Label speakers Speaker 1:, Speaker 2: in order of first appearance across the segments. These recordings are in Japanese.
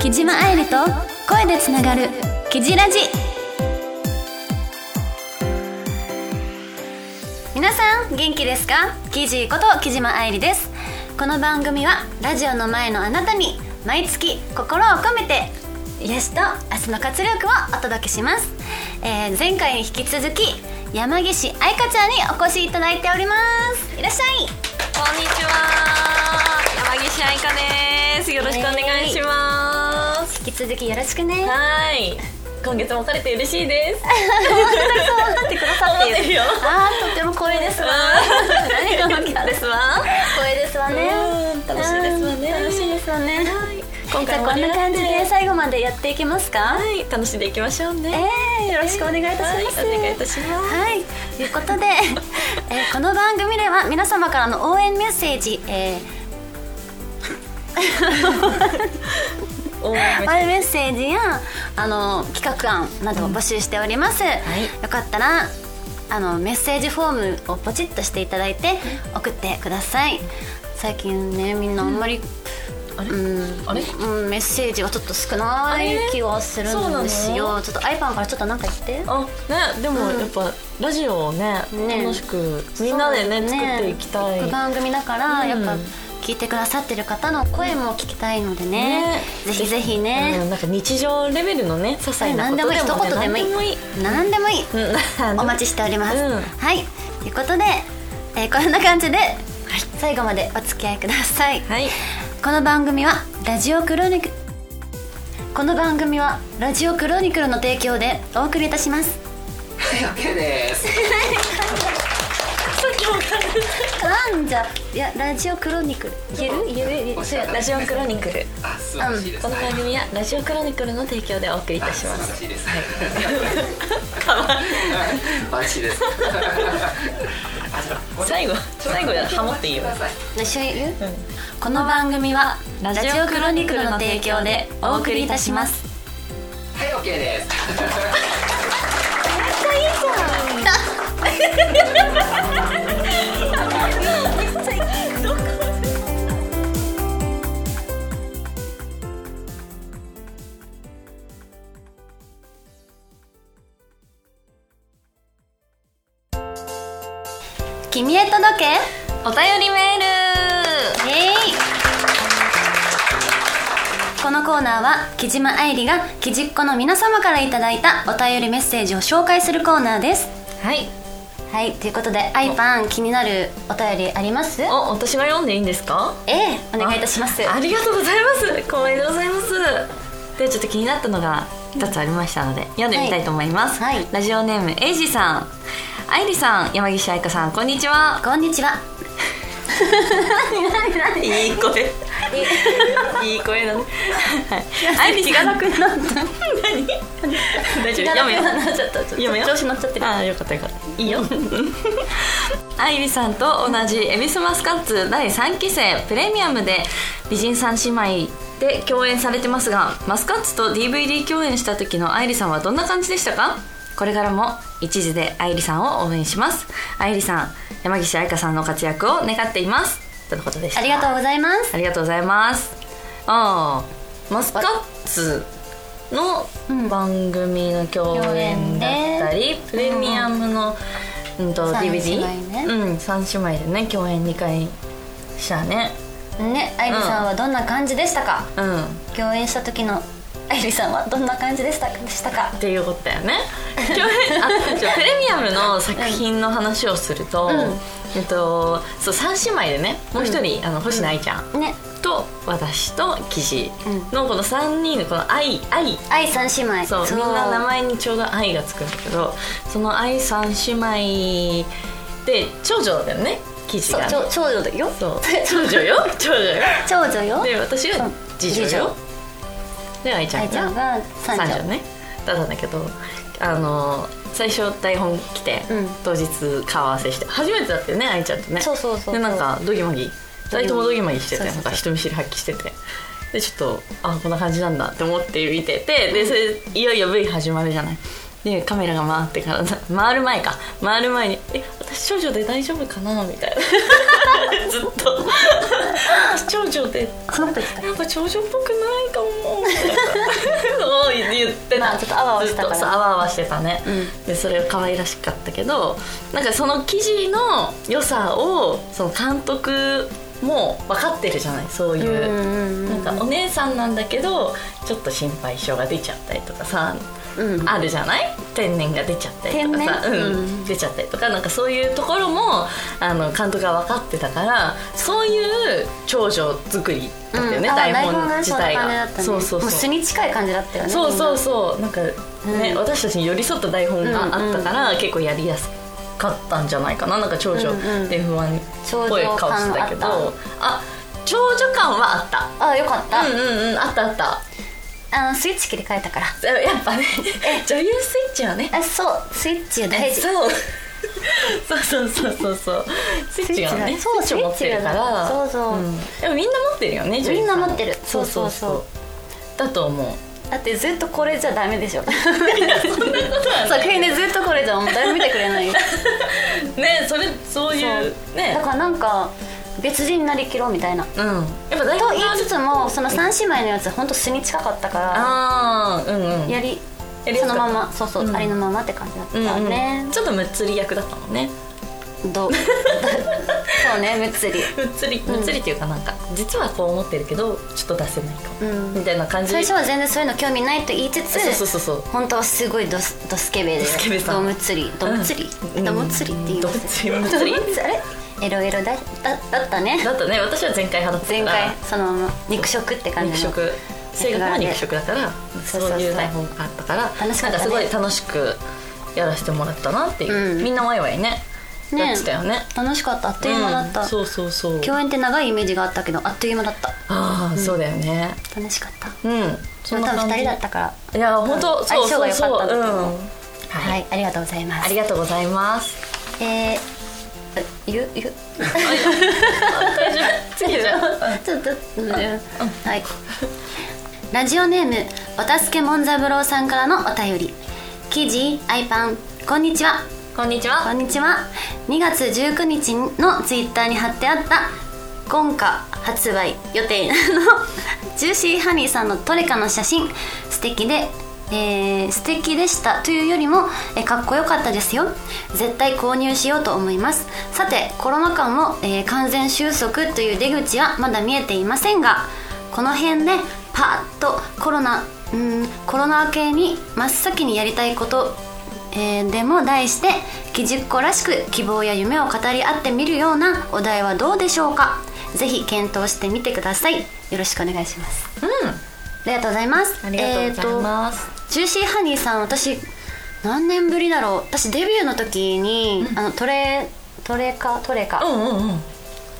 Speaker 1: 木島愛理と声でつながる「キジラジ」皆さん元気ですかキジこと木島愛理ですこの番組はラジオの前のあなたに毎月心を込めて癒しと明日の活力をお届けします、えー前回に引き続き山岸愛花ちゃんにお越しいただいておりますいらっしゃい
Speaker 2: こんにちは山岸愛香ですよろしくお願いします
Speaker 1: 引き続きよろしくね
Speaker 2: はい今月も晴れて嬉しいです
Speaker 1: 頑張ってくださってい
Speaker 2: 思 ってるよ
Speaker 1: あーとても光栄ですわ何このキャラ
Speaker 2: ですわ
Speaker 1: 光栄ですわね
Speaker 2: うん楽しいですわね
Speaker 1: うん楽しいですわね
Speaker 2: 今
Speaker 1: じゃあ
Speaker 2: 回も
Speaker 1: こんな感じで最後までやっていきますか
Speaker 2: はい楽しんでいきましょうね
Speaker 1: えー、よろしくお願いいたします、
Speaker 2: はいお願いいたします
Speaker 1: はい、ということで、 えーこの番組では皆様からの応援メッセージ、えー
Speaker 2: 応援
Speaker 1: 応援メッセージやあの企画案などを募集しております、
Speaker 2: い
Speaker 1: よかったらあのメッセージフォームをポチッとしていただいて送ってください、最近ねみんなあんまり、
Speaker 2: あれ
Speaker 1: うん
Speaker 2: あれ
Speaker 1: うん、メッセージがちょっと少ない気はする
Speaker 2: あれそうんなの
Speaker 1: ですよちょっとアイパンからちょっと何か言って
Speaker 2: あねでもやっぱラジオをね
Speaker 1: ね
Speaker 2: 楽しくみんなでね
Speaker 1: そう
Speaker 2: 作っていきたい
Speaker 1: く番組だから、
Speaker 2: うん
Speaker 1: やっぱ聞いてくださってる方の声も聞きたいのでね
Speaker 2: ね
Speaker 1: ぜひぜひ
Speaker 2: う
Speaker 1: ね、
Speaker 2: んなんか日常レベルのね些細な
Speaker 1: 何
Speaker 2: こ
Speaker 1: で
Speaker 2: と
Speaker 1: も
Speaker 2: でもね
Speaker 1: 一言でもいい
Speaker 2: 何
Speaker 1: 何でもいい、
Speaker 2: うん何で
Speaker 1: お
Speaker 2: も
Speaker 1: 待ちしております、
Speaker 2: うん
Speaker 1: はいということで、えーこんな感じで、最後までお付き合いください、
Speaker 2: はい
Speaker 1: この番組はラジオクロニクこの番組はラジオクロニクルの提供でお送りいたします
Speaker 3: はい、OK です。
Speaker 1: 噛んじゃいやラジオクロニクル言える言える言えるそうや
Speaker 2: ラジオクロニクル
Speaker 3: あ、素晴らしいです。
Speaker 2: この番組はラジオクロニクルの提供でお送りいたしま
Speaker 3: 素晴ら
Speaker 2: す
Speaker 3: しいです。かわいい。安心です。
Speaker 2: 最後最後ハモっていいよ
Speaker 1: 一緒に言う、この番組はラジオクロニクルの提供でお送りいたします
Speaker 3: はい、OK です。
Speaker 1: 君へ届け
Speaker 2: お便りメー
Speaker 1: えいこのコーナーは木島愛理が木じっ子の皆様からいただいたお便りメッセージを紹介するコーナーです
Speaker 2: ルはい
Speaker 1: はいということでアイパン気になるお便りあります
Speaker 2: お私が読んでいいんですか
Speaker 1: ええお願いいたします
Speaker 2: あありがとうございます光栄でございますでちょっと気になったのが2つありましたので、読んでみたいと思います、
Speaker 1: はいはい
Speaker 2: ラジオネームエイジさん愛理さん山岸愛香さんこんにちは
Speaker 1: こんにちはい
Speaker 2: い声 いい声だね 愛理さん
Speaker 1: くなった
Speaker 2: 大丈夫
Speaker 1: 気が
Speaker 2: 読
Speaker 1: 楽
Speaker 2: めよ
Speaker 1: になっちゃった
Speaker 2: 読むよ
Speaker 1: 調子乗っちゃってる
Speaker 2: ああよかったよかったい いよ愛理さんと同じ恵比寿マスカッツ第3期生プレミアムで美人三姉妹で共演されてますがマスカッツと DVD 共演した時の愛理さんはどんな感じでしたかこれからも一時で愛理さんを応援します愛理さん山岸愛香さんの活躍を願っていますとのことでし た
Speaker 1: ありがとうございます
Speaker 2: ありがとうございます。ああ、マスカッツの番組の共演だったり、プレミアムの、うんと
Speaker 1: 三姉
Speaker 2: DVD、
Speaker 1: 妹ね
Speaker 2: うん、三姉妹でね共演2回したね。
Speaker 1: ね、愛理さんはどんな感じでしたか、
Speaker 2: うん、っ
Speaker 1: 共演した時の愛理さんはどんな感じでしたかでしたか
Speaker 2: ていうことだよね。 共演あ、じゃあプレミアムの作品の話をすると、えっとそう三姉妹でね、もう一人、あの星野愛ちゃん。
Speaker 1: ね、
Speaker 2: と私と記事のこの3人のこの愛愛
Speaker 1: 愛三姉妹
Speaker 2: そうみんな名前にちょうど愛がつくんだけどその愛三姉妹で長女だよね記事
Speaker 1: そう
Speaker 2: が
Speaker 1: 長長女だよ
Speaker 2: そう長女よ長女よ
Speaker 1: 長女よ
Speaker 2: で私が次女
Speaker 1: そう
Speaker 2: よで愛ちゃ
Speaker 1: 愛
Speaker 2: ん
Speaker 1: ちゃん
Speaker 2: が
Speaker 1: が三
Speaker 2: 三
Speaker 1: 女
Speaker 2: 女ねだったんだけどあの最初台本来て、
Speaker 1: うん
Speaker 2: 当日顔合わせして初めてだったよね愛ちゃんとね
Speaker 1: そうそうそう
Speaker 2: でなんかドギマギ2人ともドギマギしてて
Speaker 1: そうそう
Speaker 2: な
Speaker 1: そうん
Speaker 2: か人見知り発揮しててでちょっとあこんな感じなんだって思って見ててでそれいよいよ V 始まるじゃないでカメラが回ってから回る前か回る前に「え私不祥女で大丈夫かなみたいな ずっと不祥女で
Speaker 1: そんなこと言って
Speaker 2: なんか長女っぽくないかもみたいな そう言ってた、
Speaker 1: まあちょっとあわあわしてたから
Speaker 2: ずっとそうあわあわしてたね、
Speaker 1: うん
Speaker 2: でそれ可愛らしかったけどなんかその記事の良さをその監督も分かってるじゃないそうい
Speaker 1: た
Speaker 2: う、
Speaker 1: うん
Speaker 2: なんかお姉さんなんだけどちょっと心配性が出ちゃったりとかさ、
Speaker 1: うん
Speaker 2: あるじゃない天然が出ちゃったりとかさ、
Speaker 1: 天然
Speaker 2: うん
Speaker 1: うん
Speaker 2: 出ちゃったりとかなんかそういうところもあの監督が分かってたからそういう長女作りだったよね、
Speaker 1: うんあ
Speaker 2: 台
Speaker 1: 台本
Speaker 2: 本
Speaker 1: が
Speaker 2: 自
Speaker 1: そん
Speaker 2: 体
Speaker 1: な
Speaker 2: が
Speaker 1: 感じだったね
Speaker 2: そうそう
Speaker 1: もう
Speaker 2: そ
Speaker 1: 素
Speaker 2: う
Speaker 1: に近い感じだったよね
Speaker 2: そうそう
Speaker 1: みん
Speaker 2: そうなんかね、
Speaker 1: うん
Speaker 2: 私たちに寄り添った台本があったから、結構やりやすかったんじゃないかななんか長女で不安っぽい顔してたけど、
Speaker 1: うんうん
Speaker 2: あ長女感はあった
Speaker 1: なあよかった、
Speaker 2: うんうんうんあったあった
Speaker 1: あのスイッチ切り替えたから
Speaker 2: やっぱね女優スイッチはね
Speaker 1: あそうスイッチ大事
Speaker 2: そうそうそうそうそうそうスイッチがね
Speaker 1: スイッチがそう
Speaker 2: スイッチ持ってるから
Speaker 1: スイッチがそうそうん
Speaker 2: でもみんな持ってるよね女優
Speaker 1: み
Speaker 2: さ
Speaker 1: んな持ってる
Speaker 2: そうそうそう
Speaker 1: そう
Speaker 2: だと思う
Speaker 1: だってずっとこれじゃダメでし ょ作品でずっとこれじゃもう誰も見てくれないよ
Speaker 2: ねそれそういう
Speaker 1: そう
Speaker 2: ね
Speaker 1: だからなんか別人になりきろうみたいなと
Speaker 2: うんやっぱ大
Speaker 1: 言いつつもその三姉妹のやつほんと素に近かったから
Speaker 2: ああうんうん
Speaker 1: やり
Speaker 2: やりや
Speaker 1: その
Speaker 2: すかった
Speaker 1: ままそうそう、
Speaker 2: うん
Speaker 1: ありのままって感じだった
Speaker 2: うんうん
Speaker 1: ね、
Speaker 2: ちょっとむっつり役だったもんね
Speaker 1: ど うそうねむっつり
Speaker 2: むっつりむっつりっていうかなんか、実はこう思ってるけどちょっと出せないかも、
Speaker 1: うん
Speaker 2: みたいな感じ
Speaker 1: 最初は全然そういうの興味ないと言いつつ
Speaker 2: そうそうそうそう
Speaker 1: 本当はすごいドスドスケベで
Speaker 2: ドスケベさん
Speaker 1: ドムつりドムつり、
Speaker 2: うん
Speaker 1: ドムつりって言いま
Speaker 2: ドム
Speaker 1: す
Speaker 2: 釣りドム釣り
Speaker 1: ド ム釣りあれエロエロだだだったね
Speaker 2: だったね私は前回派だったから
Speaker 1: 前回そのまま肉食って感
Speaker 2: 肉
Speaker 1: じの
Speaker 2: 食性格は肉食だから
Speaker 1: そうそ
Speaker 2: そ
Speaker 1: うそう
Speaker 2: ういう台本があったから
Speaker 1: 楽しか
Speaker 2: な
Speaker 1: ったね
Speaker 2: んかすごい楽しくやらせてもらったなっていう、
Speaker 1: うん
Speaker 2: みんなワイワイね
Speaker 1: ね
Speaker 2: やってたよね
Speaker 1: 楽しかったあっという間だった、
Speaker 2: うんそうそうそう
Speaker 1: 共演って長いイメージがあったけどあっという間だった
Speaker 2: ああ、そうだよね
Speaker 1: 楽しかった
Speaker 2: うんそんな
Speaker 1: また
Speaker 2: 感
Speaker 1: 2
Speaker 2: じ
Speaker 1: 人だったから
Speaker 2: いや本当、
Speaker 1: うん
Speaker 2: そうそ
Speaker 1: 相
Speaker 2: う
Speaker 1: 性が良
Speaker 2: そ
Speaker 1: か
Speaker 2: う
Speaker 1: ったんだけど
Speaker 2: うん
Speaker 1: はい、
Speaker 2: はい、
Speaker 1: ありがとうございま
Speaker 2: あ
Speaker 1: す
Speaker 2: りがとうございます
Speaker 1: えー、あ言う言う
Speaker 2: 大丈夫次じゃん
Speaker 1: ちょっと、うんはい。ラジオネームお助けもんざぶろうさんからのお便り。記事アイパンこんにちは。
Speaker 2: こんにち
Speaker 1: こ
Speaker 2: は
Speaker 1: んにちは。2月19日のツイッターに貼ってあった今夏発売予定の ジューシーハニーさんのトレカの写真素敵で。えー素敵でしたというよりも、えーかっこよかったですよ絶対購入しようと思いますさてコロナ禍も、えー完全収束という出口はまだ見えていませんがこの辺でパッとコロナうんコロナ明けに真っ先にやりたいこと、えーでも題して基軸っ子らしく希望や夢を語り合ってみるようなお題はどうでしょうかぜひ検討してみてくださいよろしくお願いします
Speaker 2: うん
Speaker 1: ありがとうございます
Speaker 2: ありがとうござ
Speaker 1: え
Speaker 2: い
Speaker 1: ー
Speaker 2: ます、
Speaker 1: とジューシーハニーさん私何年ぶりだろう私デビューの時に、あのトレトレカトレカ、
Speaker 2: うんうんうん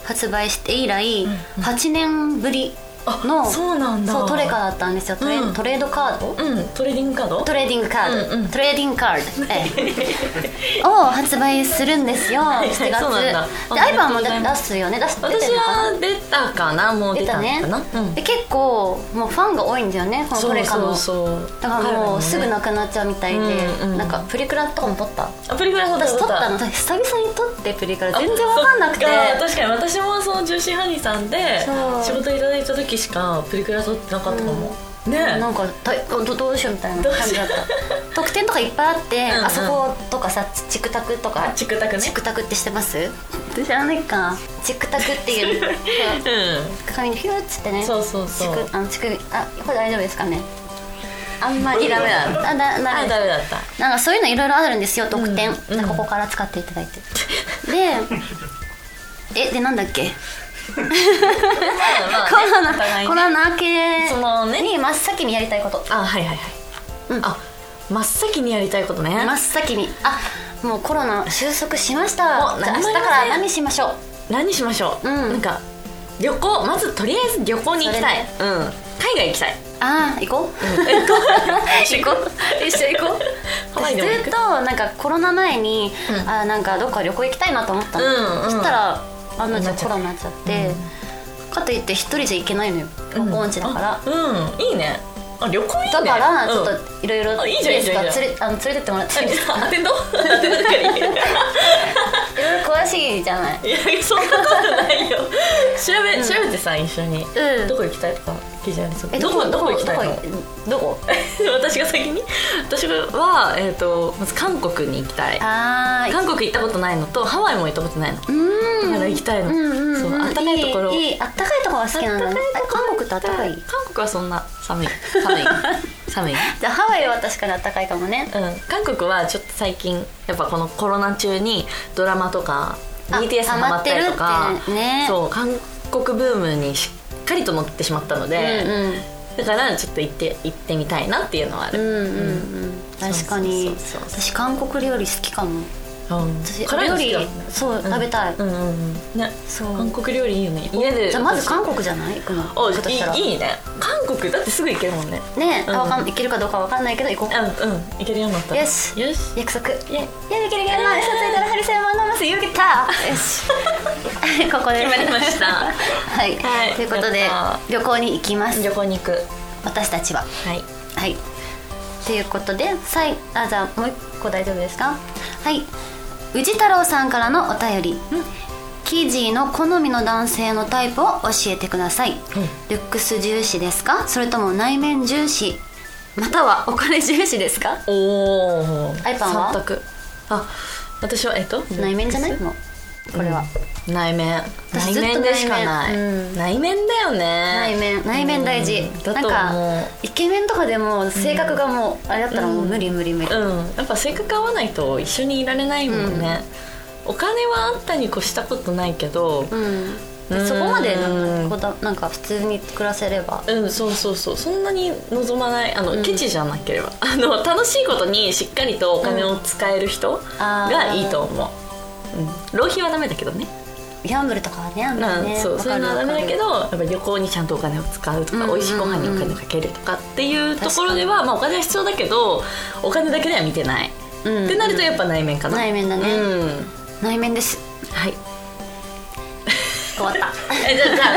Speaker 1: 発売して以来、8年ぶりの
Speaker 2: あそうなんだ
Speaker 1: そうトレカだったんですよトレ,、
Speaker 2: うん
Speaker 1: トレードカード
Speaker 2: うんトレーディングカード
Speaker 1: トレーディングカード、
Speaker 2: うんうん
Speaker 1: トレーディングカード、え えを発売するんですよ7
Speaker 2: い
Speaker 1: 月で
Speaker 2: そうなんだあ
Speaker 1: アイバーも
Speaker 2: ありがとうご
Speaker 1: 出
Speaker 2: ざいます
Speaker 1: すよね出す出て
Speaker 2: 私
Speaker 1: るのか
Speaker 2: は
Speaker 1: な
Speaker 2: 出たかなもう
Speaker 1: 出
Speaker 2: 出た
Speaker 1: た
Speaker 2: の
Speaker 1: ね
Speaker 2: かな、うん
Speaker 1: で結構もうファンが多いんだよねこのトレカの
Speaker 2: そうそうそう
Speaker 1: だからもうすぐな
Speaker 2: な
Speaker 1: くなっちゃうみたいで、
Speaker 2: うんうん
Speaker 1: なんかプリクラとかも撮った
Speaker 2: プリクラ撮
Speaker 1: 私撮ったの
Speaker 2: 撮
Speaker 1: 久々に撮ってプリクラ全然わかんなくて
Speaker 2: あそっか確かに私もそのジューシーハニーさんで
Speaker 1: そう
Speaker 2: 仕事いただいた時しかプリクラ撮ってなかったかも、ね
Speaker 1: なんかだどどうしようみたいな感じだった特典とかいっぱいあって
Speaker 2: うんうん
Speaker 1: あそことかさチチクタクとか
Speaker 2: あチクタクね
Speaker 1: チクタクって知ってます知らないかチクタクっていう
Speaker 2: う
Speaker 1: 髪にピューっつってね
Speaker 2: そうそうそう
Speaker 1: チクあのチクあこれ大丈夫ですかねあんまり
Speaker 2: ダメだ
Speaker 1: あだ
Speaker 2: んあ
Speaker 1: ダメです
Speaker 2: ダメだった
Speaker 1: なんかそういうのいろいろあるんですよ特典、
Speaker 2: うんうん
Speaker 1: ここから使っていただいて でえでなんだっけコロナ、コロナ明け
Speaker 2: そのね
Speaker 1: に真っ先にやりたいこと
Speaker 2: あはいはいはい、
Speaker 1: うん
Speaker 2: あ真っ先にやりたいことね
Speaker 1: 真っ先にあもうコロナ収束しました
Speaker 2: もう
Speaker 1: じゃあ明
Speaker 2: 何も
Speaker 1: 日
Speaker 2: やりません
Speaker 1: から何しましょう
Speaker 2: 何しましょう、
Speaker 1: うん
Speaker 2: なんか旅行まずとりあえず旅行に行きたい、うん海外行きたい
Speaker 1: ああ行こう、 行こう 一緒行こう
Speaker 2: ハワイ
Speaker 1: 私ず
Speaker 2: でも行く
Speaker 1: っとなんかコロナ前に、
Speaker 2: うん
Speaker 1: あーなんかどっか旅行行きたいなと思ったの、
Speaker 2: うんうん
Speaker 1: そしたらあのじゃ
Speaker 2: なっちゃ
Speaker 1: コ
Speaker 2: う
Speaker 1: ロナになっちゃって、かといって一人じゃ行けないのよ
Speaker 2: うん
Speaker 1: 高校音痴だから、
Speaker 2: あうんいいねあ旅行いいね
Speaker 1: だからちょっ
Speaker 2: うん
Speaker 1: といろいろ
Speaker 2: あいいじゃんいいじゃんいいじゃん
Speaker 1: 連れあの連れてってもらっていいですか
Speaker 2: アテンドアテンド
Speaker 1: い
Speaker 2: 係
Speaker 1: ろいろいじゃない
Speaker 2: いやそんなことないよ調べ、調べてさ一緒に、
Speaker 1: うん
Speaker 2: どこ行きたいとか記事ありそうどこどこ行きたいの
Speaker 1: どこ
Speaker 2: 私が先に私は、えー、とまず韓国に行きたい
Speaker 1: ああ
Speaker 2: 韓国行ったことないのとハワイも行ったことないの
Speaker 1: うーん
Speaker 2: まだ行きたいの、
Speaker 1: うんうんうん
Speaker 2: そうあったかいところ
Speaker 1: いいいいあったかいところが好きなんだね
Speaker 2: あったかい
Speaker 1: え韓国ってあったかい
Speaker 2: 韓国はそんな寒い寒い 寒い
Speaker 1: じゃあハワイは確かにあったかいかもね
Speaker 2: うん、韓国はちょっと最近やっぱこのコロナ中にドラマとか
Speaker 1: あ
Speaker 2: BTS ハマったりと
Speaker 1: ハマ
Speaker 2: か
Speaker 1: ってるってね
Speaker 2: そう韓国ブームにしっかりと乗ってしまったので、
Speaker 1: うん
Speaker 2: だからちょっと行って行ってみたいなっていうのはあ
Speaker 1: うん
Speaker 2: る、
Speaker 1: うんうんうん確かに
Speaker 2: そうそうそうそう
Speaker 1: 私韓国料理好きかも
Speaker 2: うん
Speaker 1: 私
Speaker 2: 辛い
Speaker 1: 料
Speaker 2: の好
Speaker 1: 理
Speaker 2: きだもんね
Speaker 1: そう食べたい
Speaker 2: うんうんうんね
Speaker 1: そう
Speaker 2: 韓国料理いいよね家で
Speaker 1: じゃあまず韓国じゃない行くの
Speaker 2: お
Speaker 1: 行くとしたら
Speaker 2: いいいいね韓国だってすぐ行けるもんね
Speaker 1: ねえ
Speaker 2: うん
Speaker 1: あわかん行けるかどうかわかんないけど行こう
Speaker 2: うんうん行けるようになった
Speaker 1: よし
Speaker 2: よし
Speaker 1: 約束
Speaker 2: イエイ
Speaker 1: やるけるけるな嘘ついたらハリセンは飲ます言うけたよし ここで
Speaker 2: 決まりまし た
Speaker 1: はい、
Speaker 2: はい
Speaker 1: ということで
Speaker 2: やった
Speaker 1: 旅行に行きます
Speaker 2: 旅行に行くは
Speaker 1: 私たちはいはいということでさいあじゃあもう一個大丈夫ですかはい宇治太郎さんからのお便りキージーの好みの男性のタイプを教えてください、ルックス重視ですかそれとも内面重視またはお金重視ですか
Speaker 2: おお
Speaker 1: アイパンは
Speaker 2: 三択あ私はえっと
Speaker 1: 内面じゃないもうこれは、
Speaker 2: うん内面
Speaker 1: 私
Speaker 2: 内
Speaker 1: ずっと
Speaker 2: 面でしかな
Speaker 1: 内面
Speaker 2: い、
Speaker 1: うん
Speaker 2: 内面だよね
Speaker 1: 内面内面大事、
Speaker 2: うんだ
Speaker 1: なん
Speaker 2: と
Speaker 1: か
Speaker 2: 思
Speaker 1: イケメンとかでも性格がもう、あれだったらもう無理無理無理、
Speaker 2: ううんやっぱ性格合わないと一緒にいられないもんね、お金はあったに越したことないけど
Speaker 1: うん
Speaker 2: うん
Speaker 1: そこまでなんかこだなんか普通に暮らせれば
Speaker 2: うん、そうそうそうそんなに望まないあの、ケチじゃなければ あの楽しいことにしっかりとお金を使える人
Speaker 1: あー
Speaker 2: がいいと思う、うん、浪費はダメだけどね
Speaker 1: ギャンブルとかはねあんま
Speaker 2: な
Speaker 1: りね
Speaker 2: そう
Speaker 1: わ
Speaker 2: そうい
Speaker 1: か
Speaker 2: う
Speaker 1: る
Speaker 2: のは
Speaker 1: わか
Speaker 2: ダメ
Speaker 1: る
Speaker 2: だけどやっぱり旅行にちゃんとお金を使うとか、
Speaker 1: うんうんうんうん
Speaker 2: 美味しいご飯にお金かけるとかっていうところでは、まあ、お金は必要だけどお金だけでは見てない、
Speaker 1: うん
Speaker 2: ってなるとやっぱ内面かな
Speaker 1: 内面だね
Speaker 2: うん、
Speaker 1: 内面です
Speaker 2: はい
Speaker 1: 終わった
Speaker 2: えじゃあじゃ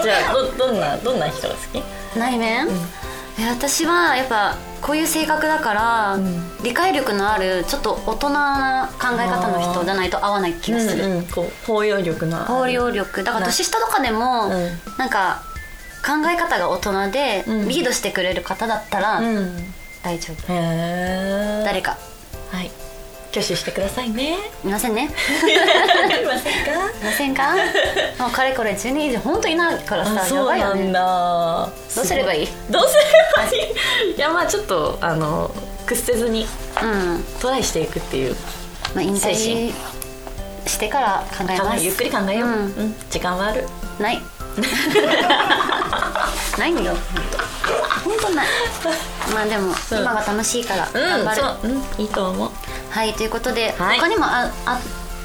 Speaker 2: あ じゃあどどんなどんな人が好き
Speaker 1: 内面、え私はやっぱこういう性格だから、
Speaker 2: ん
Speaker 1: 理解力のあるちょっと大人な考え方の人じゃないと合わない気がする、
Speaker 2: うんうん、こう包容力のある
Speaker 1: 包容力だから
Speaker 2: な
Speaker 1: 年下とかでも、
Speaker 2: うん
Speaker 1: なんか考え方が大人で、
Speaker 2: うん
Speaker 1: リードしてくれる方だったら、
Speaker 2: うん
Speaker 1: 大丈夫
Speaker 2: へえ
Speaker 1: 誰か
Speaker 2: はい挙手してくださ いね
Speaker 1: いませんね
Speaker 2: いませんか
Speaker 1: いません かもうかれこれ10年以上本当いないから
Speaker 2: あ
Speaker 1: さや
Speaker 2: そう
Speaker 1: ばいよ
Speaker 2: なん
Speaker 1: ね
Speaker 2: だ
Speaker 1: どうすればいい
Speaker 2: すごどうすればいいいやまあちょっとあの屈せずに
Speaker 1: うん
Speaker 2: トライしていくっていう
Speaker 1: まあ引退
Speaker 2: 精
Speaker 1: してから考えます
Speaker 2: ゆっくり考えよう、
Speaker 1: う
Speaker 2: うんん時間はある
Speaker 1: ない ないんだよ本当ないまあでも
Speaker 2: うん
Speaker 1: 今が楽しいから頑張る、
Speaker 2: うんそう、うん、いいと思う
Speaker 1: はいということで、
Speaker 2: はい
Speaker 1: 他にもああ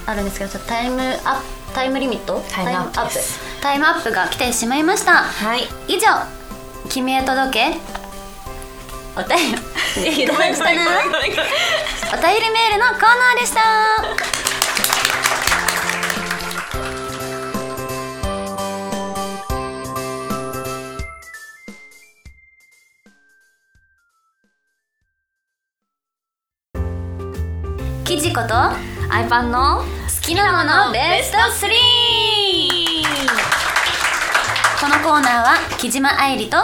Speaker 1: あるんですけどちょっとタイムアップタイムリミット
Speaker 2: タイムアップです
Speaker 1: タイムアップが来てしまいました
Speaker 2: はい
Speaker 1: 以上「君へ届け」お便りいただきたな
Speaker 2: ごめんごめんごめん
Speaker 1: お便りメールのコーナーでしたキジこと好
Speaker 2: アイパンの
Speaker 1: きなものベスト3このコーナーは木島愛理と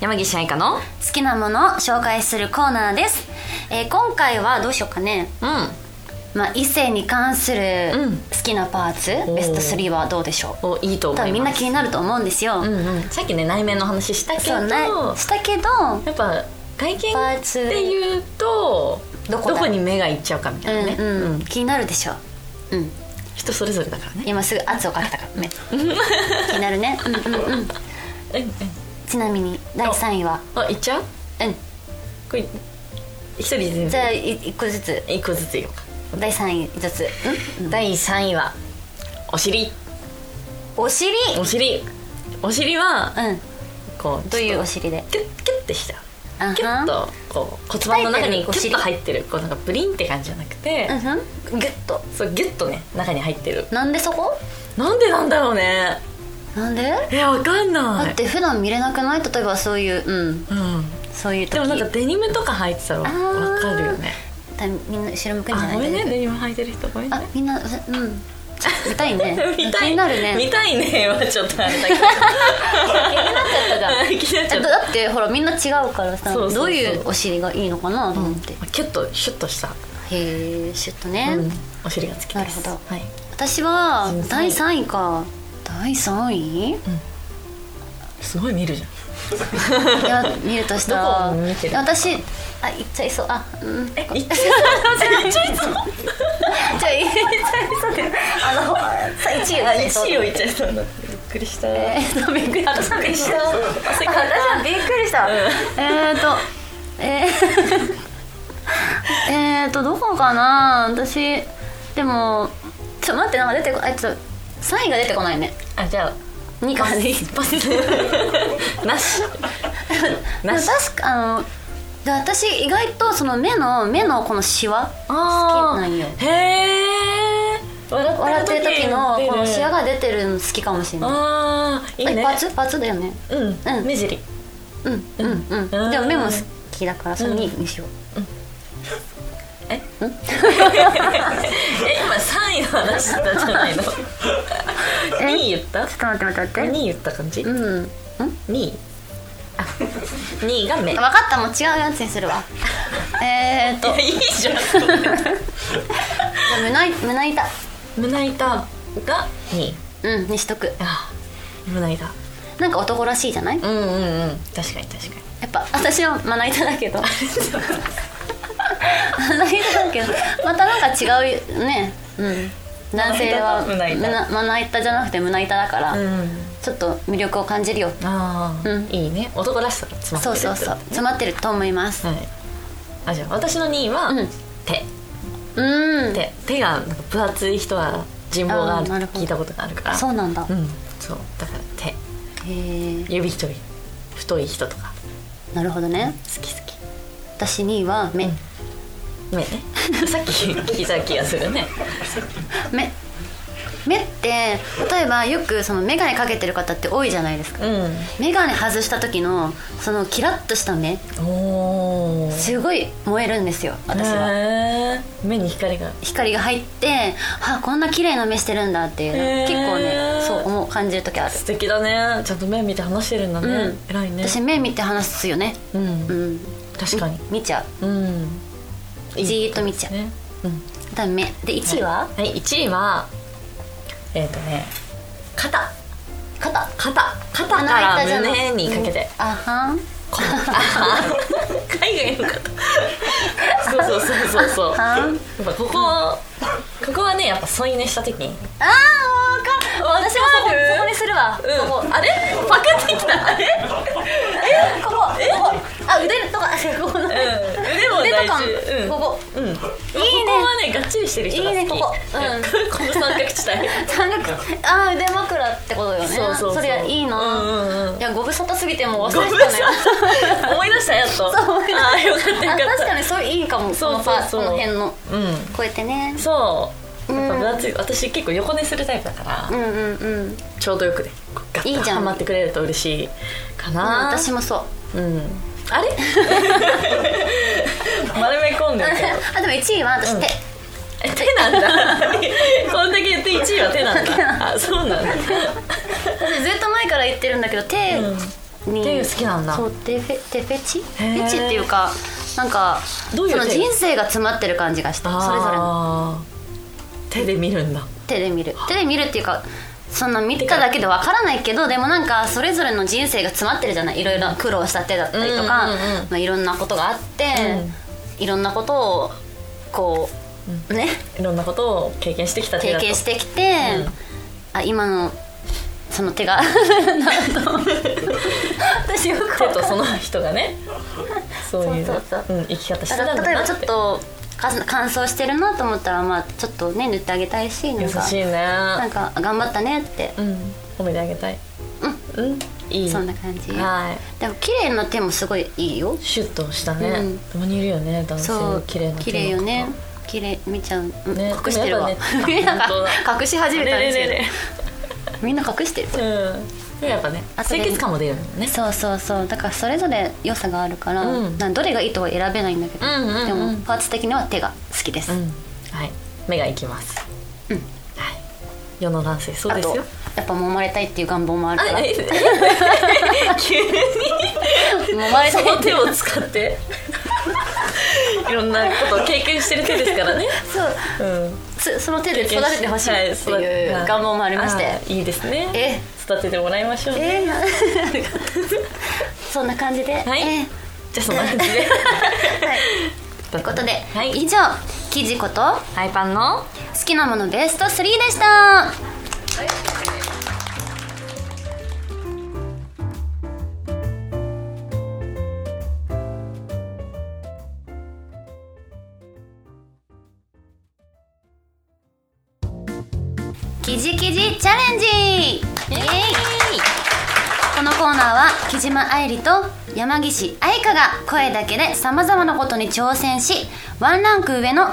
Speaker 2: 山岸愛香の
Speaker 1: 好きなものを紹介するコーナーです、えー今回はどうしようかね
Speaker 2: う
Speaker 1: まあ、異性に関する
Speaker 2: うん
Speaker 1: 好きなパーツ、
Speaker 2: おー
Speaker 1: ベスト3はどうでしょうん
Speaker 2: おいいと思
Speaker 1: 多
Speaker 2: い
Speaker 1: 分
Speaker 2: ます
Speaker 1: みんな気になると思うんですよ、
Speaker 2: うんうん、さっきね内面の話したけ
Speaker 1: そ
Speaker 2: ど
Speaker 1: うないしたけど
Speaker 2: やっぱ外見っていうと
Speaker 1: ど
Speaker 2: ど
Speaker 1: こ
Speaker 2: こ
Speaker 1: だ
Speaker 2: に目がいっちゃうかみた
Speaker 1: う
Speaker 2: い
Speaker 1: ん
Speaker 2: なね、
Speaker 1: うん
Speaker 2: うん
Speaker 1: 気になるでしょう、うん、
Speaker 2: 人それぞれだからね
Speaker 1: 今すぐ圧をかけたから ごめん気になるね、うんうんうん、
Speaker 2: うんうん
Speaker 1: ちなみに第3位は
Speaker 2: あいっちゃう
Speaker 1: うん
Speaker 2: これ一人全
Speaker 1: じ
Speaker 2: 部
Speaker 1: ゃあ1個ずつ
Speaker 2: 一個ずつ言おうか
Speaker 1: 第3位ずつ、うん、
Speaker 2: 第3位はお尻
Speaker 1: お尻う
Speaker 2: お尻お尻は
Speaker 1: ん
Speaker 2: こう
Speaker 1: どういうお
Speaker 2: ちょ
Speaker 1: 尻で
Speaker 2: っとキュッキュッてした
Speaker 1: あはん
Speaker 2: キュッとこう骨盤の中
Speaker 1: 鍛えて
Speaker 2: に
Speaker 1: る
Speaker 2: キュ
Speaker 1: お
Speaker 2: ッ
Speaker 1: 尻
Speaker 2: と入ってるこうなんかブリンって感じじゃなくて、
Speaker 1: うんふんギュッと
Speaker 2: そうギュッとね中に入ってる
Speaker 1: なんでそこ
Speaker 2: なんでなんだろうね
Speaker 1: なんで
Speaker 2: えわかん
Speaker 1: だ
Speaker 2: な
Speaker 1: っ
Speaker 2: い
Speaker 1: て普段見れなくない例えばそういううん
Speaker 2: うん
Speaker 1: そういう時
Speaker 2: でもなんかデニムとか履いてたら
Speaker 1: あー
Speaker 2: わかるよね
Speaker 1: だみんな後ろ向くんじゃ
Speaker 2: あ
Speaker 1: ない
Speaker 2: ごめんね
Speaker 1: 大丈
Speaker 2: デニム履いてる人ごめん
Speaker 1: 夫
Speaker 2: ね
Speaker 1: あみんなううんちょっと見たいね
Speaker 2: 見たい
Speaker 1: 気になるね
Speaker 2: 見たいねはちょっとあれ だけど
Speaker 1: 気になっちゃったじゃん
Speaker 2: 気になっちゃ
Speaker 1: え
Speaker 2: っ
Speaker 1: だ
Speaker 2: た
Speaker 1: だってほらみんな違うからさ
Speaker 2: そうそうそう
Speaker 1: どういうお尻がいいのかなと思って、
Speaker 2: キュッとシュッとした、
Speaker 1: へえシュッとね、
Speaker 2: うんお尻が好きです
Speaker 1: なるほど
Speaker 2: はい、
Speaker 1: 私は
Speaker 2: そうですね
Speaker 1: 第3位か第3位い
Speaker 2: すごい見るじゃん
Speaker 1: や見るとしたら
Speaker 2: どこを見てる
Speaker 1: 私あ行っちゃいそうあうん
Speaker 2: え いっちゃいそういっちゃいそう
Speaker 1: じゃあいあのさ1位は
Speaker 2: あ一位をいっちゃいそうになってびっくりした、
Speaker 1: えーっとびっくり
Speaker 2: びっくりした
Speaker 1: あ
Speaker 2: 汗かい
Speaker 1: 私
Speaker 2: た
Speaker 1: はびっくりした、えーっとえー、 えーっとどこかな私でもちょっと待ってなんか出てこあちょっと3位が出てこないね
Speaker 2: あじゃあ
Speaker 1: 2
Speaker 2: パ
Speaker 1: か
Speaker 2: ス
Speaker 1: でいい
Speaker 2: パス なしなし
Speaker 1: 確かあので私意外とその目の目のこのシワ好きなんよ
Speaker 2: へえ
Speaker 1: 笑
Speaker 2: 笑
Speaker 1: ってる時のこのシワ
Speaker 2: が
Speaker 1: が出てるの好きかもしれない
Speaker 2: あーいい
Speaker 1: え
Speaker 2: ね
Speaker 1: パツパツだよね
Speaker 2: うん、
Speaker 1: うん
Speaker 2: 目尻
Speaker 1: うんうんうん
Speaker 2: うん
Speaker 1: でも目も好きだからそれににしよう
Speaker 2: え今三位の話したじゃないの
Speaker 1: え
Speaker 2: 二位言った
Speaker 1: ちょっと待って待って待っ
Speaker 2: 二位言った感じ
Speaker 1: てうんん
Speaker 2: 二位あ二位が目い
Speaker 1: 分かったもう違うやつにするわ えーっと
Speaker 2: やいいじゃん
Speaker 1: 胸い胸板
Speaker 2: 胸板が2位
Speaker 1: うんにしとく
Speaker 2: あ胸板
Speaker 1: なんか男らしいじゃないや
Speaker 2: うんうんうん確かに確か
Speaker 1: っぱ私はまな板だ けどまな板だけどまたなんか違うよねうん男性は
Speaker 2: 胸板
Speaker 1: むなまな板じゃなくて胸板だから、
Speaker 2: にうん
Speaker 1: ちょっと魅力を感じるよ
Speaker 2: ああ、
Speaker 1: うん
Speaker 2: いいね男らしさが詰まって
Speaker 1: そ
Speaker 2: る
Speaker 1: うそうそう
Speaker 2: ってこ
Speaker 1: 詰まってると思います
Speaker 2: とはいあじゃあ私の2位は、
Speaker 1: うん
Speaker 2: 手
Speaker 1: うん
Speaker 2: 手手がなんか分厚い人は人望がある
Speaker 1: あーなるほど
Speaker 2: 聞いたことがあるから
Speaker 1: そうなんだ、
Speaker 2: うんそうだから手
Speaker 1: へえ
Speaker 2: 指一人太い人とか
Speaker 1: なるほどね
Speaker 2: 好き好き
Speaker 1: 私2位は目、
Speaker 2: うん目ねさっき聞いた気がするね
Speaker 1: 目目って例えばよくその眼鏡かけてる方って多いじゃないですか
Speaker 2: う
Speaker 1: 眼鏡外した時のそのキラッとした目
Speaker 2: んおお
Speaker 1: すごい燃えるんですよ私は
Speaker 2: は目に光が
Speaker 1: 光が入ってあこんな綺麗な目してるんだっていうの
Speaker 2: へー
Speaker 1: 結構ねそう思う感じる時ある
Speaker 2: 素敵だねちゃんと目見て話してるんだね、
Speaker 1: うん
Speaker 2: 偉いね
Speaker 1: 私目見て話すよね
Speaker 2: うん、
Speaker 1: うん
Speaker 2: 確かに
Speaker 1: 見ちゃう
Speaker 2: うん
Speaker 1: じーっと見ちゃう
Speaker 2: ね、うん、
Speaker 1: だから目で1位は
Speaker 2: はい1位はえっ、とね肩
Speaker 1: 肩
Speaker 2: 肩肩から胸にかけて
Speaker 1: あはん
Speaker 2: こう 海外 の方そうそうそうそうそうや
Speaker 1: はん
Speaker 2: っぱここここはねやっぱ添い寝した時に
Speaker 1: あーわかる私もそこ
Speaker 2: わかる
Speaker 1: そこにするわ、
Speaker 2: うん
Speaker 1: ここ
Speaker 2: あれパクってきたあれ
Speaker 1: えここここあ腕とかここの
Speaker 2: うん腕も
Speaker 1: 腕
Speaker 2: 大
Speaker 1: とか
Speaker 2: 事うん
Speaker 1: もここ
Speaker 2: うん、いいねここはねがっちりしてる人が好き
Speaker 1: いいねここうん
Speaker 2: ん、この三角地 帯
Speaker 1: 三角あー腕枕ってことよね
Speaker 2: そうそうそう
Speaker 1: れいいな、
Speaker 2: うんうんうん
Speaker 1: いやご無沙汰すぎてもう忘
Speaker 2: ご
Speaker 1: れ
Speaker 2: めん
Speaker 1: てた
Speaker 2: な
Speaker 1: ね
Speaker 2: さい思い出したやっと
Speaker 1: そう思い出した
Speaker 2: あーよかったよ
Speaker 1: あ
Speaker 2: かった
Speaker 1: 確かにそれいいかも
Speaker 2: そうそうそう
Speaker 1: このパーこの辺の
Speaker 2: うん
Speaker 1: こうやってね
Speaker 2: そうやっぱ分厚い私結構横寝するタイプだから、
Speaker 1: うんうんうん
Speaker 2: ちょうどよくねこうガ
Speaker 1: い
Speaker 2: ッ
Speaker 1: い
Speaker 2: と
Speaker 1: じゃん
Speaker 2: はまってくれると嬉しいかな
Speaker 1: 私もそう
Speaker 2: うん あれ丸め込んでるけど
Speaker 1: あでも1位は私手、
Speaker 2: え手なん だこんだけ言って1位は手なんだあそうなんだ
Speaker 1: 私ずっと前から言ってるんだけど手に、
Speaker 2: 手好きなんだ
Speaker 1: そう手フェ手フェチフ
Speaker 2: へー
Speaker 1: ェチっていうかなんか
Speaker 2: どういう
Speaker 1: その
Speaker 2: 手
Speaker 1: 人生が詰まってる感じがしたそれぞれの
Speaker 2: あー手で見るんだ
Speaker 1: 手で見る手で見るっていうかそんな見ただけでわからないけどでもなんかそれぞれの人生が詰まってるじゃないいろいろ苦労した手だったりとか、
Speaker 2: うんうんうんうん
Speaker 1: まあ、いろんなことがあって、いろんなことをこう、ね
Speaker 2: いろんなことを経験してきた手
Speaker 1: 経
Speaker 2: だと
Speaker 1: 験してきて、
Speaker 2: うん
Speaker 1: あ今のその 手がなんと 私よくわかん
Speaker 2: 手
Speaker 1: ない
Speaker 2: とその人がねそういう
Speaker 1: そうそう
Speaker 2: うん、生き方して
Speaker 1: だ
Speaker 2: た
Speaker 1: か
Speaker 2: んだ
Speaker 1: ら例え
Speaker 2: な
Speaker 1: ば
Speaker 2: って
Speaker 1: ちょっと乾乾燥してるなと思ったらまあちょっとね塗ってあげたいしな
Speaker 2: 優
Speaker 1: んか
Speaker 2: しいね
Speaker 1: なんか頑張ったねって、
Speaker 2: うん褒めてあげたいうん、いい
Speaker 1: そんな感じ
Speaker 2: は
Speaker 1: でも綺麗な手もすごいいいよ
Speaker 2: いシュッとしたね、
Speaker 1: うん
Speaker 2: たまにいるよね男性
Speaker 1: そう
Speaker 2: 綺麗な
Speaker 1: 綺麗よね綺麗見ちゃう、うん
Speaker 2: ね
Speaker 1: 隠してるわ、
Speaker 2: でもやっぱね
Speaker 1: なんか
Speaker 2: 本当
Speaker 1: 隠し始めたんですよ
Speaker 2: ねねね
Speaker 1: みんな隠してる
Speaker 2: うんでもやっぱね
Speaker 1: あとね
Speaker 2: 清潔感も出るもんね
Speaker 1: そうそうそうだからそれぞれ良さがあるから、
Speaker 2: うん
Speaker 1: なんどれがいいとは選べないんだけど、
Speaker 2: うんうんうん
Speaker 1: でもパーツ的には手が好きです、
Speaker 2: うんはい目がいきます
Speaker 1: うん
Speaker 2: はい世の男性そう
Speaker 1: あ
Speaker 2: で
Speaker 1: と
Speaker 2: す
Speaker 1: や
Speaker 2: よ
Speaker 1: っぱ揉まれたいっていう願望もあるから
Speaker 2: あえ急に
Speaker 1: 揉まれた
Speaker 2: そ
Speaker 1: い
Speaker 2: の手を 使っていろんなことを経験してる手ですからね、
Speaker 1: そう
Speaker 2: うん、
Speaker 1: つその手で育ててほしいって
Speaker 2: は
Speaker 1: いう願望もありまして、
Speaker 2: はいいいですね
Speaker 1: え
Speaker 2: 育ててもらいましょうね
Speaker 1: えーな そんな感じで、
Speaker 2: は
Speaker 1: え
Speaker 2: い
Speaker 1: ー
Speaker 2: じゃあそんな感じ で
Speaker 1: ということで、
Speaker 2: はい
Speaker 1: 以上記事こと
Speaker 2: ハイパンの
Speaker 1: 好きなものベスト3でした記事記事チャレンジイエイこのコーナーは木島愛理と山岸愛香が声だけでさまざまなことに挑戦しワンランク上の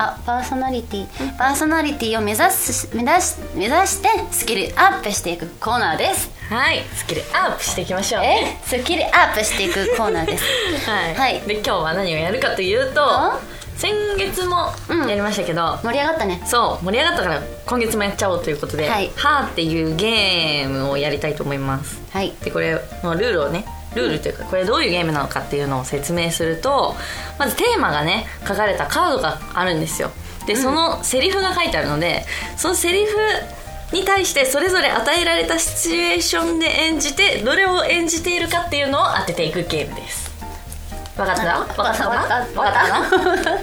Speaker 1: あパーソナリティパーソナリティを目指す目指し目指してスキルアップしていくコーナーです
Speaker 2: はいスキルアップしていきましょうね
Speaker 1: えスキルアップしていくコーナーです
Speaker 2: はい、
Speaker 1: はい
Speaker 2: で今日は何をやるかというと
Speaker 1: あ
Speaker 2: 先月も
Speaker 1: うん
Speaker 2: やりましたけど、
Speaker 1: 盛り上がったね
Speaker 2: そう盛り上がったから今月もやっちゃおうということで「
Speaker 1: はい
Speaker 2: はーっていうゲームをやりたいと思います
Speaker 1: はい
Speaker 2: でこれのルールをねルールというかこれどういうゲームなのかっていうのを説明するとまずテーマがね書かれたカードがあるんですよでそのセリフが書いてあるのでそのセリフに対してそれぞれ与えられたシチュエーションで演じてどれを演じているかっていうのを当てていくゲームですわかったわかったかな
Speaker 1: わかった
Speaker 2: わかったかな
Speaker 1: わかっ
Speaker 2: わかったか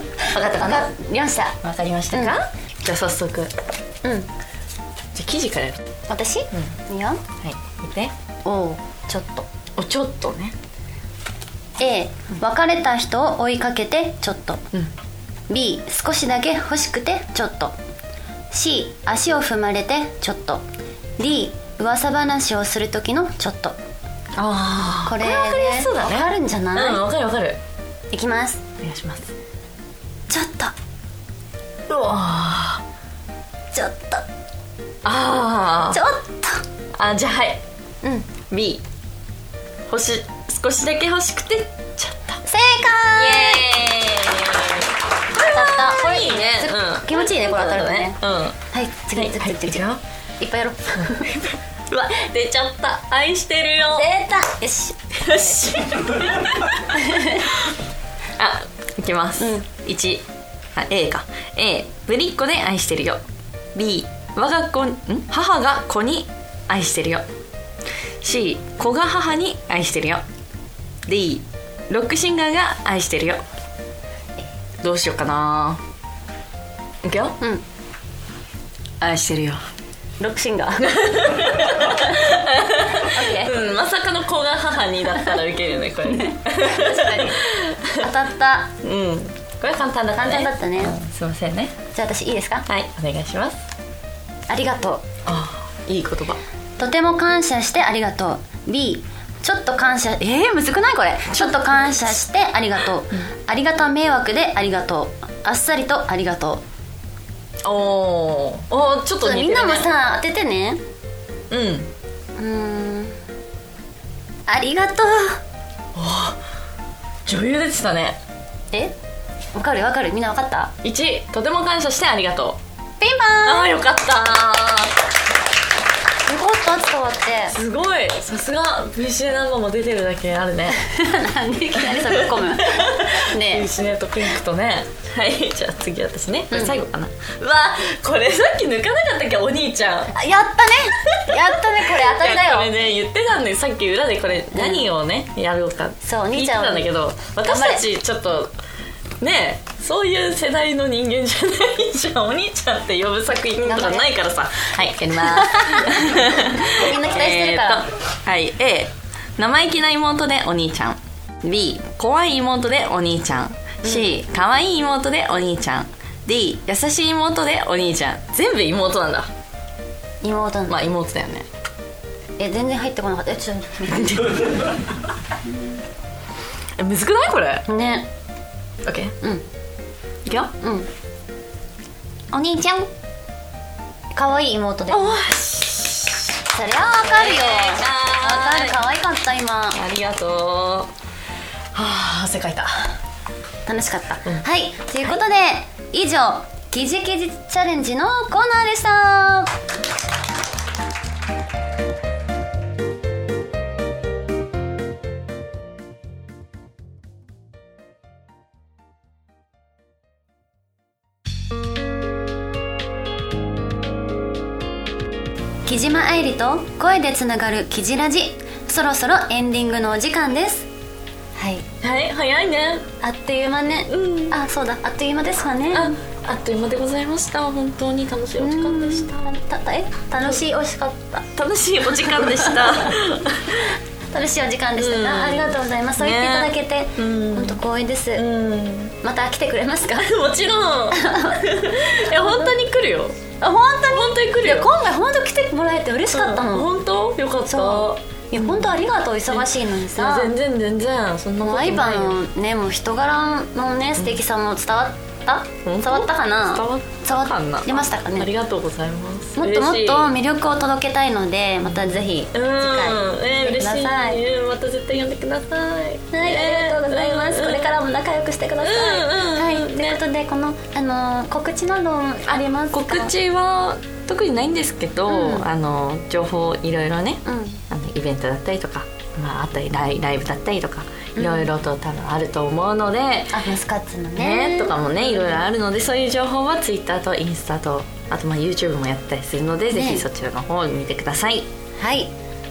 Speaker 1: た
Speaker 2: な
Speaker 1: わかりました
Speaker 2: わかりましたか、じゃあ早速じゃ
Speaker 1: うん
Speaker 2: あ記事からやる
Speaker 1: 私、いいよ
Speaker 2: はい見て
Speaker 1: おうちょっと
Speaker 2: おちょっとね
Speaker 1: A 別れた人を追いかけてちょっと、
Speaker 2: うん
Speaker 1: B 少しだけ欲しくてちょっと C 足を踏まれてちょっと D 噂話をする時のちょっと
Speaker 2: あ
Speaker 1: これね
Speaker 2: わかりやすそうだね
Speaker 1: わかるんじゃない
Speaker 2: うんわかるわかる
Speaker 1: いきます
Speaker 2: お願いします
Speaker 1: ちょっと
Speaker 2: うわ
Speaker 1: ちょっ
Speaker 2: あ
Speaker 1: と
Speaker 2: ー
Speaker 1: ちょっ
Speaker 2: あじゃあはい
Speaker 1: とうん
Speaker 2: B 星少しだけ欲しくてちょっと
Speaker 1: 正解当たったこれ
Speaker 2: いいね
Speaker 1: す
Speaker 2: うん
Speaker 1: 気持ちいいねこれ当たるとね
Speaker 2: うん
Speaker 1: はい次
Speaker 2: はい
Speaker 1: 次
Speaker 2: はい
Speaker 1: 次次
Speaker 2: いく
Speaker 1: 次
Speaker 2: よ
Speaker 1: いっぱいやろ う
Speaker 2: うわ出ちゃった愛してるよ
Speaker 1: 出たよし
Speaker 2: よし あいきます、
Speaker 1: うん
Speaker 2: 1あ A か A ぶりっ子で愛してるよ B 我が子ん母が子に愛してるよ C 子が母に愛してるよ D ロックシンガーが愛してるよどうしようかないくよ
Speaker 1: うん
Speaker 2: 愛してるよ
Speaker 1: ロックシ ンガーオッケー
Speaker 2: うんまさかの子が母にだったらウケるねこれね
Speaker 1: 確かに当たった
Speaker 2: うんこれ簡単だった
Speaker 1: 簡
Speaker 2: ね
Speaker 1: 単だったね
Speaker 2: うんすいませんね
Speaker 1: じゃあ私いいですか
Speaker 2: はいお願いします
Speaker 1: ありがと
Speaker 2: あいい言葉
Speaker 1: うとても感謝してありがとう B ちょっと感謝えー、むずくないこれちょっと感謝してありがとう、ありがた迷惑でありがとうあっさりとありがと
Speaker 2: おーおーちょっ
Speaker 1: う、
Speaker 2: と
Speaker 1: み
Speaker 2: 似てる、ね、
Speaker 1: んなもさ当ててね
Speaker 2: うん
Speaker 1: うーんありがとう
Speaker 2: 女優でしたね
Speaker 1: えわかるわかるみんなわかった
Speaker 2: 1とても感謝してありがとう
Speaker 1: ピンポ
Speaker 2: ああよかった
Speaker 1: ーンよかった伝わって
Speaker 2: すごいさすが VC ナンバーも出てるだけあるね
Speaker 1: なんでいきなりそれ込 むね
Speaker 2: VC ネとピンクとねはいじゃあ次私ねこれ最後かな、うわこれさっき抜かなかったっけお兄ちゃん
Speaker 1: えあやったねやったねこれ当たりだ
Speaker 2: いやこれ
Speaker 1: よ
Speaker 2: ね言ってたんでさっき裏でこれ
Speaker 1: ん
Speaker 2: 何をね、やろうか
Speaker 1: そうお
Speaker 2: 聞
Speaker 1: 兄
Speaker 2: いて
Speaker 1: ちゃん
Speaker 2: たんだけど
Speaker 1: 頑張れ
Speaker 2: 私たちちょっとねえそういう世代の人間じゃないじゃんお兄ちゃんって呼ぶ作品とかないからさはいやります
Speaker 1: みんな期待してるから
Speaker 2: えーとはい A 生意気な妹でお兄ちゃん B 怖い妹でお兄ちゃん C 可愛い妹でお兄ちゃん D 優しい妹でお兄ちゃん全部妹なんだ
Speaker 1: 妹の
Speaker 2: まあ妹だよね
Speaker 1: え全然入ってこなかったえちょっと待っ
Speaker 2: えむずくないこれ
Speaker 1: てね
Speaker 2: OK
Speaker 1: うん
Speaker 2: いくよ
Speaker 1: うんお兄ちゃん可愛い妹で
Speaker 2: おし
Speaker 1: それはわかるよ
Speaker 2: 正
Speaker 1: わか
Speaker 2: 解
Speaker 1: る可愛かった今
Speaker 2: ありがとうはあ汗かいた
Speaker 1: 楽しかった、はいということで以上「ギジギジチャレンジのコーナーでした木島愛理と声でつながるキジラジそろそろエンディングのお時間ですはい
Speaker 2: はい早いね
Speaker 1: あっという間ね、
Speaker 2: うん
Speaker 1: あそうだあっという間ですわね
Speaker 2: ああっという間でございました本当に楽しいお時間でした
Speaker 1: たたえ楽しい美味しかった
Speaker 2: 楽しいお時間でした
Speaker 1: 楽しいお時間でしたが、
Speaker 2: うん
Speaker 1: ありがとうございます、そう
Speaker 2: ね
Speaker 1: 言っていただけて、
Speaker 2: うん
Speaker 1: 本当光栄です、
Speaker 2: うん
Speaker 1: また来てくれますか
Speaker 2: もちろん いや本当に来るよ
Speaker 1: あ本当に
Speaker 2: 本当に来
Speaker 1: い
Speaker 2: る
Speaker 1: や
Speaker 2: よ
Speaker 1: 今回本当来てもらえて嬉しかったもん、
Speaker 2: 本当よかった
Speaker 1: そういや本当ありがとう忙しいのに
Speaker 2: いや
Speaker 1: さ
Speaker 2: 全然全然そんな
Speaker 1: も
Speaker 2: こ
Speaker 1: う
Speaker 2: とない
Speaker 1: 相
Speaker 2: よ
Speaker 1: 葉のねもう人柄のね素敵さも伝わった、
Speaker 2: 本当
Speaker 1: 伝わったかな
Speaker 2: 伝わったかな
Speaker 1: 伝わりましたかね
Speaker 2: ありがとうございます
Speaker 1: もっともっと
Speaker 2: 嬉しい
Speaker 1: 魅力を届けたいのでまたぜひ
Speaker 2: うん、
Speaker 1: 次
Speaker 2: えー、
Speaker 1: 回来てく
Speaker 2: 嬉
Speaker 1: だ
Speaker 2: しい
Speaker 1: さい、
Speaker 2: うんまた絶対呼んでください
Speaker 1: はい、ありがとうございます。これからも仲良くしてください。
Speaker 2: うんうんうん
Speaker 1: はい、ということで、この、あのー告知などもありますか。
Speaker 2: 告。知は特にないんですけど、
Speaker 1: うん
Speaker 2: あの情報いろいろね
Speaker 1: うん、
Speaker 2: あのイベントだったりとか、まあ、あとライライブだったりとかいろいろと多分あると思うので、
Speaker 1: あ、マスカッツのね。
Speaker 2: ねとかもねいろいろあるのでそういう情報は Twitter とインスタとあとまあ YouTube もやったりするので、ぜひそちらの方を見てください
Speaker 1: はい、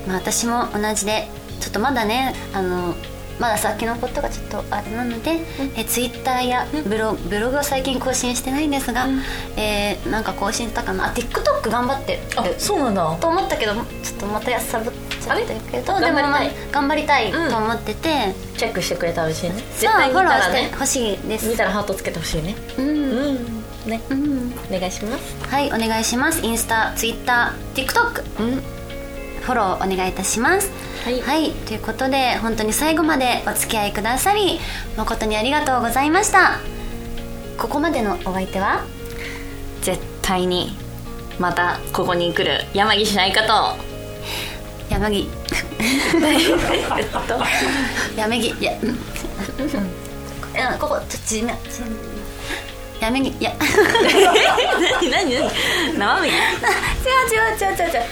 Speaker 1: まあ、私も同じで、ちょっとまだね、あの。まだ先のことがちょっとあれなので、えツイッターやブロ,、ブログを最近更新してないんですが、
Speaker 2: うん
Speaker 1: えーなんか更新したかなあ TikTok 頑張ってる
Speaker 2: そうなんだ
Speaker 1: と思ったけどちょっとまたやさぶっちゃってるけど
Speaker 2: あれ
Speaker 1: でもまあ
Speaker 2: 頑張り
Speaker 1: 頑張りたいと思ってて、
Speaker 2: チェックしてくれたら嬉しいね絶
Speaker 1: さあ
Speaker 2: 対見
Speaker 1: フォ
Speaker 2: た
Speaker 1: ロー
Speaker 2: ら
Speaker 1: し
Speaker 2: ね
Speaker 1: てほしいです
Speaker 2: 見たらハートつけてほしいね
Speaker 1: うん
Speaker 2: うんね
Speaker 1: うん
Speaker 2: お願いします
Speaker 1: はいお願いしますインスタツイッター TikTok
Speaker 2: うん
Speaker 1: フォローお願いいたします
Speaker 2: はい
Speaker 1: ということで本当に最後までお付き合いくださり誠にありがとうございましたここまでのお相手は
Speaker 2: 絶対にまたここに来る山岸愛香と
Speaker 1: 山木山木いやうんうんここちょっと地面地面山木いや違
Speaker 2: 何何何生麦
Speaker 1: う違う違う違う違う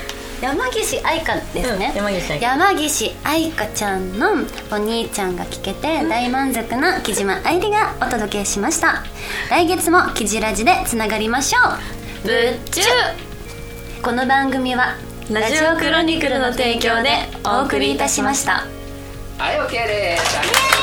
Speaker 1: 山岸愛香ですね、
Speaker 2: うん山岸愛香
Speaker 1: 山岸愛香ちゃんのお兄ちゃんが聞けて大満足な木島愛理がお届けしました来月も「キジラジ」でつながりましょう
Speaker 2: ぶっちゅ
Speaker 1: この番組は
Speaker 2: うラジオクロニクルの提供でお送りいたしました
Speaker 3: はい、OK です。